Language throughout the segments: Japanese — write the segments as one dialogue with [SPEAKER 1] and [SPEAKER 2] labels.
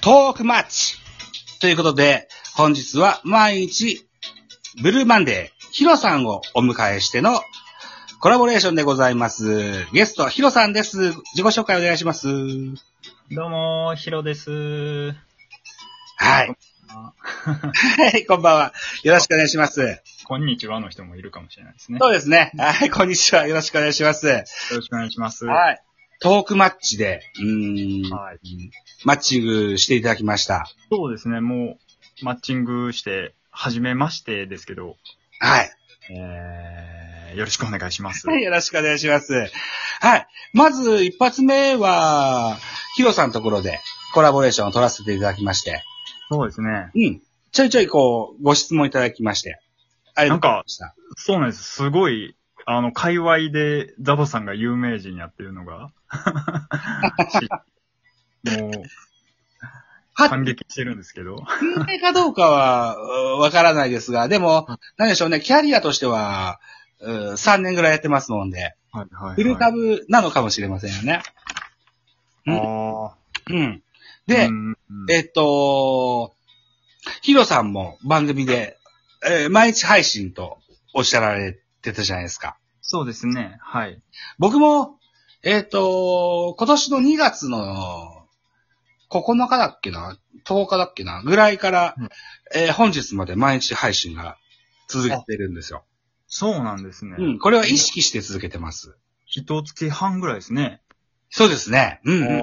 [SPEAKER 1] トークマッチということで、本日は毎日、ブルーマンデー、ヒロさんをお迎えしてのコラボレーションでございます。ゲスト、ヒロさんです。自己紹介お願いします。
[SPEAKER 2] どうも、ヒロです。
[SPEAKER 1] はい。 はい、こんばんは。よろしくお願いします。
[SPEAKER 2] こんにちはの人もいるかもしれないですね。
[SPEAKER 1] そうですね。はい、こんにちは。よろしくお願いします。
[SPEAKER 2] よろしくお願いします。は
[SPEAKER 1] はい。トークマッチで、うーん、
[SPEAKER 2] い。
[SPEAKER 1] マッチングしていただきました。
[SPEAKER 2] そうですね、もう、マッチングして、初めましてですけど、
[SPEAKER 1] はい。
[SPEAKER 2] えー、よろしくお願いします。
[SPEAKER 1] はい、よろしくお願いします。はい。まず、一発目は、ヒロさんのところでコラボレーションを取らせていただきまして、
[SPEAKER 2] そうですね。
[SPEAKER 1] うん。ちょいちょいこう、ご質問いただきまして、ありがとうございました。
[SPEAKER 2] そうなんです。すごい、あの、界隈でザボさんが有名人やっていうのが、 しもう、
[SPEAKER 1] は、
[SPEAKER 2] 感激してるんですけど。
[SPEAKER 1] 有名かどうかは、うーわからないですが、でも、なんでしょうね、キャリアとしては、うー3年ぐらいやってますので、
[SPEAKER 2] はいは
[SPEAKER 1] フル株なのかもしれませんよね。
[SPEAKER 2] あ
[SPEAKER 1] うん。
[SPEAKER 2] ー
[SPEAKER 1] で、
[SPEAKER 2] うんうん
[SPEAKER 1] えっと、ヒロさんも番組で、えー毎日配信とおっしゃられてたじゃないですか。
[SPEAKER 2] そうですね、はい。
[SPEAKER 1] 僕も、えっと、今年の2月の9日だっけな、10日だっけな、ぐらいから、
[SPEAKER 2] うん
[SPEAKER 1] えー本日まで毎日配信が続けてるんですよ。
[SPEAKER 2] そうなんですね。
[SPEAKER 1] うん、これは意識して続けてます。
[SPEAKER 2] 一月半ぐらいですね。
[SPEAKER 1] そうですね。うん、うん。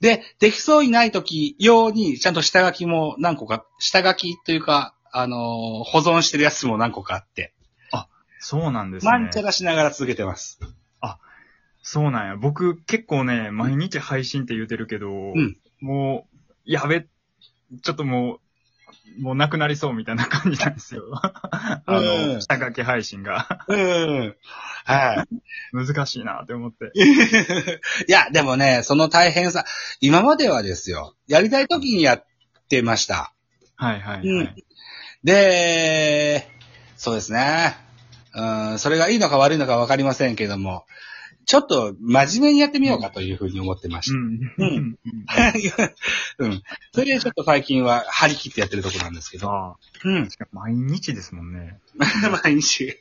[SPEAKER 1] で、できそうにない時用に、ちゃんと下書きも何個か、下書きというか、あのー保存してるやつも何個かあって、
[SPEAKER 2] そうなんです
[SPEAKER 1] まんちゃ
[SPEAKER 2] ね。
[SPEAKER 1] らしながら続けてます。
[SPEAKER 2] そうなんや。僕結構ね、毎日配信って言うてるけど、
[SPEAKER 1] ん
[SPEAKER 2] もう、やべ、ちょっともう、もうなくなりそうみたいな感じなんですよ。 あの、
[SPEAKER 1] うん
[SPEAKER 2] 下書き配信が
[SPEAKER 1] うん。はい。
[SPEAKER 2] 難しいなって思って。
[SPEAKER 1] いや、でもね、その大変さ、今まではですよ、やりたい時にやってました。
[SPEAKER 2] はいはいはい。
[SPEAKER 1] うんで、そうですね。うん、それがいいのか悪いのかわかりませんけども、ちょっと真面目にやってみようかというふうに思ってました。
[SPEAKER 2] うん。
[SPEAKER 1] う
[SPEAKER 2] うん。
[SPEAKER 1] うん。それでちょっと最近は張り切ってやってるところなんですけど。
[SPEAKER 2] あ
[SPEAKER 1] うん。
[SPEAKER 2] あ、毎日ですもんね。
[SPEAKER 1] 毎日。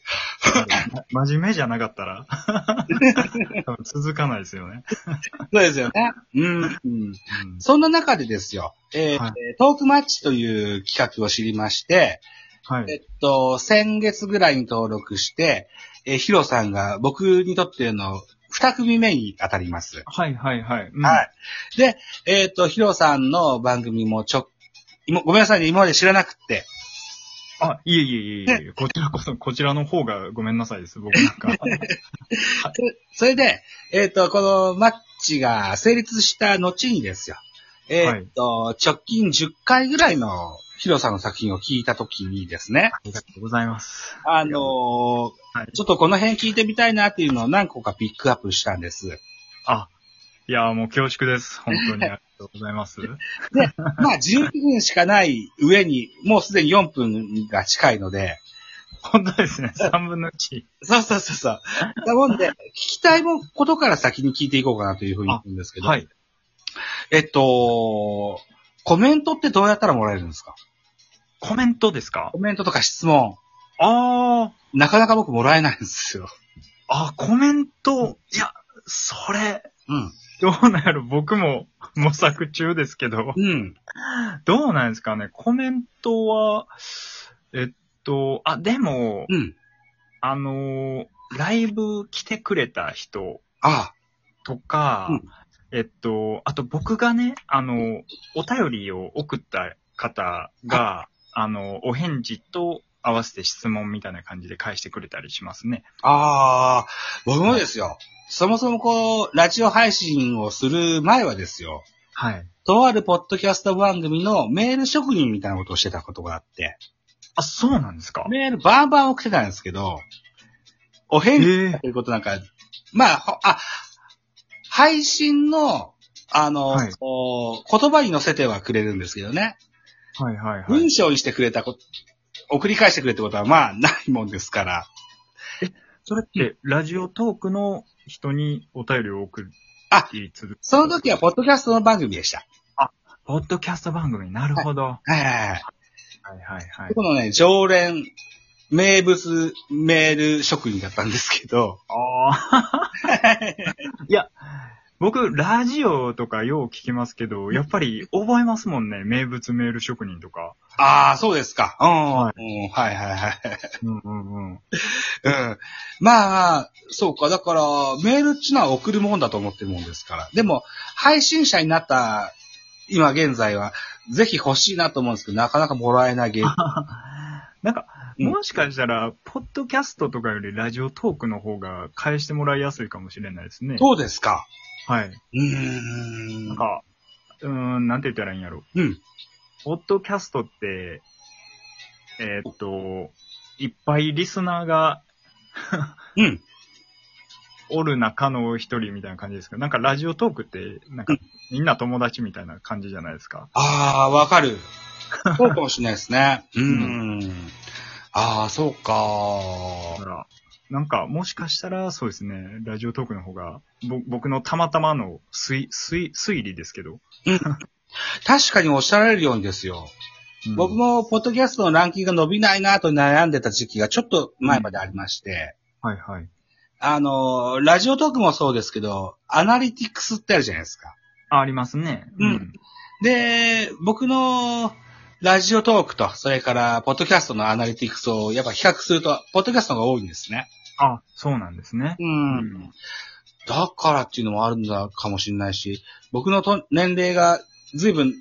[SPEAKER 2] 真面目じゃなかったら、 多分続かないですよね。
[SPEAKER 1] そうですよね。うん。うん、
[SPEAKER 2] うん
[SPEAKER 1] そんな中でですよ、えー
[SPEAKER 2] はい
[SPEAKER 1] トークマッチという企画を知りまして、
[SPEAKER 2] はい。
[SPEAKER 1] えっと、先月ぐらいに登録して、えーヒロさんが僕にとっての二組目に当たります。
[SPEAKER 2] はいはいはい。うん
[SPEAKER 1] はい。で、えっと、ヒロさんの番組もちょ、今ごめんなさいね、今まで知らなくって。
[SPEAKER 2] あ、いえいえいえいえ、こちらこそ、こちらの方がごめんなさいです、僕 なんか。
[SPEAKER 1] それで、えっ、と、このマッチが成立した後にですよ。えっ、と、直近10回ぐらいのヒロさんの作品を聞いたときにですね、
[SPEAKER 2] ありがとうございます。
[SPEAKER 1] あのーちょ
[SPEAKER 2] はい
[SPEAKER 1] っとこの辺聞いてみたいなっていうのを何個かピックアップしたん です。
[SPEAKER 2] あ、いやーもう恐縮です。本当にありがとうございます。
[SPEAKER 1] まあ、12分しかない上に、もうすでに4分が近いので、
[SPEAKER 2] 本当ですね、3分の1。
[SPEAKER 1] そうそうそうそう。だもんで、聞きたいもことから先に聞いていこうかなというふうに思うんですけど、
[SPEAKER 2] はい。
[SPEAKER 1] えっと、コメントってどうやったらもらえるんですか
[SPEAKER 2] コメントですか
[SPEAKER 1] コメントとか質問、
[SPEAKER 2] あー、
[SPEAKER 1] なかなか僕もらえないんですよ。
[SPEAKER 2] あ、コメント、いや、それ、
[SPEAKER 1] うん。
[SPEAKER 2] どうなんやろ、僕も模索中ですけど、
[SPEAKER 1] うん。
[SPEAKER 2] どうなんですかね、コメントは、えっと、あ、でも、
[SPEAKER 1] うん。
[SPEAKER 2] あのーライブ来てくれた人、
[SPEAKER 1] あ
[SPEAKER 2] とか、
[SPEAKER 1] うん
[SPEAKER 2] えっと、あと僕がね、あの、お便りを送った方が、あの、お返事と合わせて質問みたいな感じで返してくれたりしますね。
[SPEAKER 1] あ。ああ。僕もですよ。そもそもこう、ラジオ配信をする前はですよ。
[SPEAKER 2] はい。
[SPEAKER 1] とあるポッドキャスト番組のメール職人みたいなことをしてたことがあって、
[SPEAKER 2] あ、そうなんですか
[SPEAKER 1] メールバンバン送ってたんですけど、お
[SPEAKER 2] え
[SPEAKER 1] 返事
[SPEAKER 2] ー、
[SPEAKER 1] ということなんか、まあ、ほあ、配信の、あの、
[SPEAKER 2] はい
[SPEAKER 1] こう言葉に乗せてはくれるんですけどね、
[SPEAKER 2] はいはいはい。
[SPEAKER 1] 文章にしてくれたこと、送り返してくれってことはまあないもんですから、
[SPEAKER 2] それって、ラジオトークの人にお便りを送り
[SPEAKER 1] あ
[SPEAKER 2] 続け
[SPEAKER 1] その時はポッドキャストの番組でした。
[SPEAKER 2] ポッドキャスト番組、なるほど。は
[SPEAKER 1] はいはいはい。
[SPEAKER 2] いはいはい
[SPEAKER 1] 僕。のね、常連、名物メール職員だったんですけど、
[SPEAKER 2] ああ。 いや、僕、ラジオとかよう聞きますけど、やっぱり覚えますもんね、名物メール職人とか。
[SPEAKER 1] ああ、そうですか。うん。
[SPEAKER 2] は
[SPEAKER 1] うんはいはいはい。
[SPEAKER 2] うんうん うん。
[SPEAKER 1] うん。まあ、そうか。だから、メールっちのは送るもんだと思ってるもんですから。でも、配信者になった、今現在は、ぜひ欲しいなと思うんですけど、なかなかもらえないゲーム。
[SPEAKER 2] なんか、
[SPEAKER 1] うん
[SPEAKER 2] もしかしたら、ポッドキャストとかよりラジオトークの方が返してもらいやすいかもしれないですね。
[SPEAKER 1] どうですか
[SPEAKER 2] はい。
[SPEAKER 1] うー
[SPEAKER 2] なん
[SPEAKER 1] ん。
[SPEAKER 2] か、うーん、なんて言ったらいいんやろ。
[SPEAKER 1] うん。
[SPEAKER 2] ポッドキャストって、えーっと、いっぱいリスナーが
[SPEAKER 1] うん。
[SPEAKER 2] おる中の一人みたいな感じですけど、なんかラジオトークって、なんか
[SPEAKER 1] うん
[SPEAKER 2] みんな友達みたいな感じじゃないですか。
[SPEAKER 1] ああ、わかる。そうかもしれないです ね。うーん。ああ、そう
[SPEAKER 2] だか
[SPEAKER 1] か。
[SPEAKER 2] ら、なんかもしかしたらそうですね、ラジオトークの方が、ぼ僕のたまたまの推推推理ですけど。
[SPEAKER 1] 確かにおっしゃられるようにですよ。
[SPEAKER 2] うん
[SPEAKER 1] 僕。も、ポッドキャストのランキングが伸びないなと悩んでた時期がちょっと前までありまして、
[SPEAKER 2] はいはい。
[SPEAKER 1] あの、ラジオトークもそうですけど、アナリティクスってあるじゃないですか。
[SPEAKER 2] あありますね。
[SPEAKER 1] うん。で、僕のラジオトークと、それから、ポッドキャストのアナリティクスをやっぱ比較すると、ポッドキャストの方が多いんですね。
[SPEAKER 2] あ、そうなんですね。
[SPEAKER 1] う。
[SPEAKER 2] うんん。
[SPEAKER 1] だからっていうのもあるんだかもしれないし、僕のと年齢が随分、う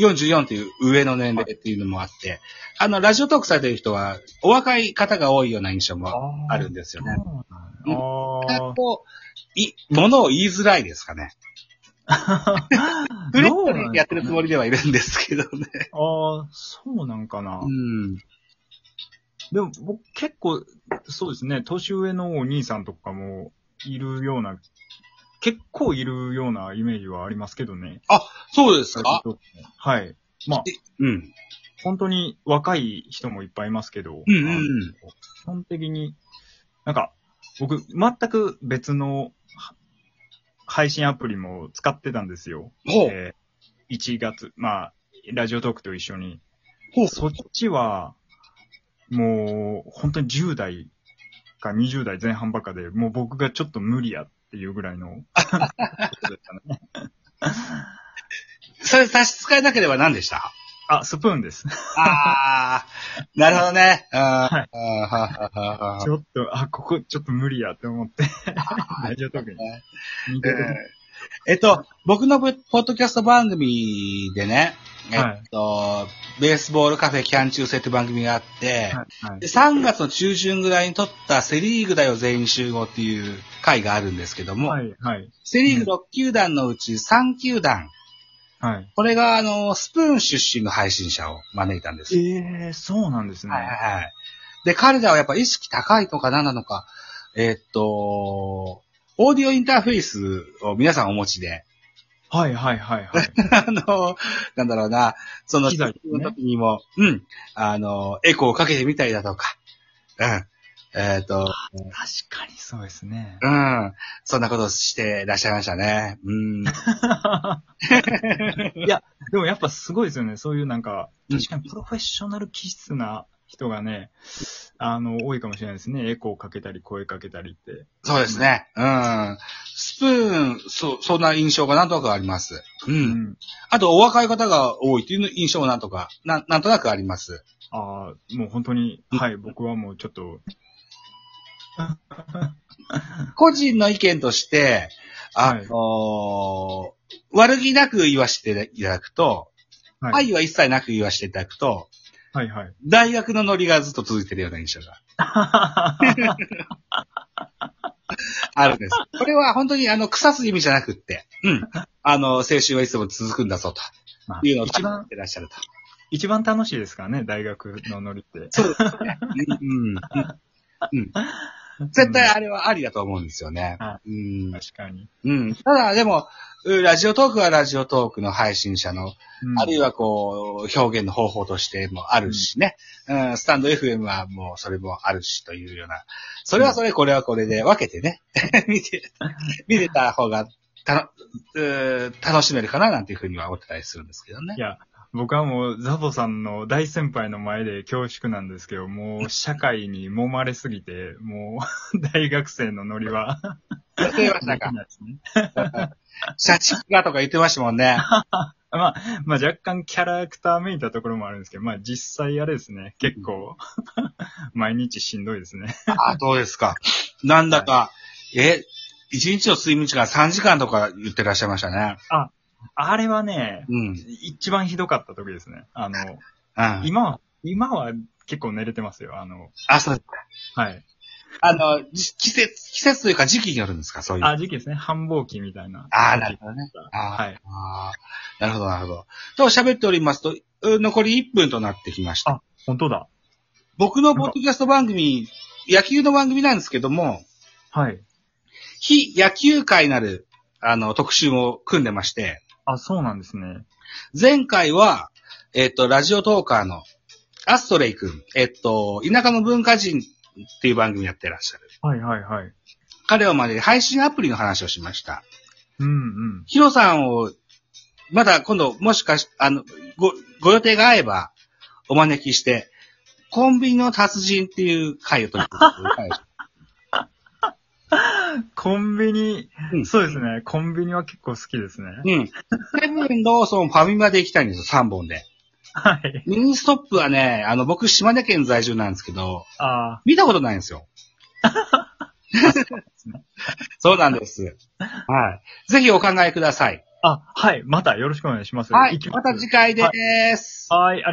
[SPEAKER 1] 44っていう上の年齢っていうのもあって、あの、ラジオトークされてる人は、お若い方が多いような印象もあるんですよね。
[SPEAKER 2] そうなんや。あー
[SPEAKER 1] こう、い、ものを言いづらいです かね。フレットにやってるつもりではいるんですけどね。
[SPEAKER 2] ああ、そうなんかな。
[SPEAKER 1] うん。
[SPEAKER 2] でも僕結構、そうですね、年上のお兄さんとかもいるような、結構いるようなイメージはありますけどね。
[SPEAKER 1] そうですか
[SPEAKER 2] はい。まあ、
[SPEAKER 1] うん。
[SPEAKER 2] 本当に若い人もいっぱいいますけど、
[SPEAKER 1] うんうん
[SPEAKER 2] あの基本的に、なんか、僕、全く別のは配信アプリも使ってたんですよ。
[SPEAKER 1] ほう。
[SPEAKER 2] えー1月、まあ、ラジオトークと一緒に。
[SPEAKER 1] ほう。
[SPEAKER 2] そっちは、もう、本当に10代か20代前半ばかで、もう僕がちょっと無理やっていうぐらいの。
[SPEAKER 1] それ差し支えなければ何でした
[SPEAKER 2] あ、スプーンです。
[SPEAKER 1] ああ、なるほどね。は。
[SPEAKER 2] はい
[SPEAKER 1] あーはははは
[SPEAKER 2] ちょっと、あ、ここちょっと無理やって思って、 ラジオトークに逃げてる。
[SPEAKER 1] えーえっと、僕のポッドキャスト番組でね、え
[SPEAKER 2] はい
[SPEAKER 1] っと、ベースボールカフェキャン中世って番組があって、
[SPEAKER 2] はいはい
[SPEAKER 1] で3月の中旬ぐらいに撮ったセリーグだよ全員集合っていう回があるんですけども、
[SPEAKER 2] はい、はい、
[SPEAKER 1] セリーグ6球団のうち3球団、
[SPEAKER 2] はい。
[SPEAKER 1] これがあの、スプーン出身の配信者を招いたんです。
[SPEAKER 2] ええそうなんですね。
[SPEAKER 1] はいはいはい。で、彼らはやっぱ意識高いのか何なのか、えーっと、オーディオインターフェースを皆さんお持ちで、
[SPEAKER 2] はい、はい、はい、はい。
[SPEAKER 1] あの、なんだろうな、その、
[SPEAKER 2] 機材ね
[SPEAKER 1] の時にも、うん、あの、エコーをかけてみたりだとか、うん、えーっと、
[SPEAKER 2] 確かにそうですね。
[SPEAKER 1] うん、そんなことをしてらっしゃいましたね。うん。
[SPEAKER 2] いや、でもやっぱすごいですよね。そういうなんか、
[SPEAKER 1] うん
[SPEAKER 2] 確かにプロフェッショナル気質な人がね、あの、多いかもしれないですね。エコーかけたり、声かけたりって。
[SPEAKER 1] そうですね。うん。スプーン、そ、そんな印象がなんとなくあります。う。
[SPEAKER 2] うんん。
[SPEAKER 1] あと、お若い方が多いっていう印象もなんとか、な、なんとなくあります。
[SPEAKER 2] ああ、もう本当に、はい、僕はもうちょっと、
[SPEAKER 1] 個人の意見として、あ
[SPEAKER 2] は
[SPEAKER 1] の
[SPEAKER 2] い
[SPEAKER 1] 悪気なく言わせていただくと、
[SPEAKER 2] は
[SPEAKER 1] 愛
[SPEAKER 2] い、
[SPEAKER 1] は一切なく言わせていただくと、
[SPEAKER 2] はい、はい。
[SPEAKER 1] 大学のノリがずっと続いてるような印象 があるんです。これは本当にあの、腐す意味じゃなくって、うん。あの、青春はいつも続くんだぞと
[SPEAKER 2] まあ、
[SPEAKER 1] いうのを
[SPEAKER 2] 一番
[SPEAKER 1] っ、てらっしゃると。
[SPEAKER 2] 一番楽しいですからね、大学のノリって。
[SPEAKER 1] そうですね。うん。うん。うん絶対あれはありだと思うんですよね。
[SPEAKER 2] は
[SPEAKER 1] うん。
[SPEAKER 2] 確かに。
[SPEAKER 1] うん。ただ、でも、うラジオトークはラジオトークの配信者の、
[SPEAKER 2] うん
[SPEAKER 1] あるいはこう、表現の方法としてもあるしね。うん、スタンド FM はもうそれもあるしと いうような。それはそれ、これはこれで分けてね。見て、見てた方がたの、うー楽しめるかななんていうふうには思ってたりするんですけどね
[SPEAKER 2] い。や、僕はもうザボさんの大先輩の前で恐縮なんですけど、もう社会に揉まれすぎて、もう 大学生のノリは
[SPEAKER 1] 例えば
[SPEAKER 2] でき
[SPEAKER 1] なんか、
[SPEAKER 2] ないですね。
[SPEAKER 1] 社畜がとか言ってましたもん ね。
[SPEAKER 2] まあ、まあ若干キャラクターめいたところもあるんですけど、まあ実際あれですね、結構 毎日しんどいですね。
[SPEAKER 1] あ、どうですか。なんだか、え、一日の睡眠時間3時間とか言ってらっしゃいましたね。
[SPEAKER 2] あれはね、
[SPEAKER 1] うん。うん。
[SPEAKER 2] 一番ひどかった時ですね。あの、
[SPEAKER 1] あ、
[SPEAKER 2] 今は、今は結構寝れてますよ。あの、
[SPEAKER 1] そう。
[SPEAKER 2] はい。
[SPEAKER 1] あの、じ季節、季節というか時期によるんですか、そういう。あ
[SPEAKER 2] あ、時期ですね。繁忙期みたいな。
[SPEAKER 1] あー、なるほどね。あー
[SPEAKER 2] はい。
[SPEAKER 1] あーなるほど、なるほど。と、喋っておりますと、う残り1分となってきました。
[SPEAKER 2] あ本当だ。
[SPEAKER 1] 僕のポッドキャスト番組、野球の番組なんですけども、
[SPEAKER 2] はい。
[SPEAKER 1] 非野球界なる、あの、特集も組んでまして、
[SPEAKER 2] あ、そうなんですね。
[SPEAKER 1] 前回は、えっ、と、ラジオトーカーのアストレイ君、えっ、と、田舎の文化人っていう番組やってらっしゃる。
[SPEAKER 2] はいはいはい。
[SPEAKER 1] 彼をまで配信アプリの話をしました。
[SPEAKER 2] うんうん。
[SPEAKER 1] ヒロさんを、まだ今度、もしかし、あの、ご、ご予定が合えば、お招きして、コンビニの達人っていう回を取り組ん で
[SPEAKER 2] コンビニ、
[SPEAKER 1] うん
[SPEAKER 2] そうですね。コンビニは結構好きですね。
[SPEAKER 1] うん。セブン、ローソン、ファミマで行きたいんですよ、3本で。
[SPEAKER 2] はい。
[SPEAKER 1] ミニストップはね、あの、僕、島根県在住なんですけど、
[SPEAKER 2] あ
[SPEAKER 1] 見たことないんです よ。そうなんです。はい。ぜひお考えください。
[SPEAKER 2] あ、あ、はい。またよろしくお願いします。
[SPEAKER 1] は
[SPEAKER 2] 行
[SPEAKER 1] い
[SPEAKER 2] き。
[SPEAKER 1] ま
[SPEAKER 2] ます
[SPEAKER 1] た次回です。
[SPEAKER 2] はい。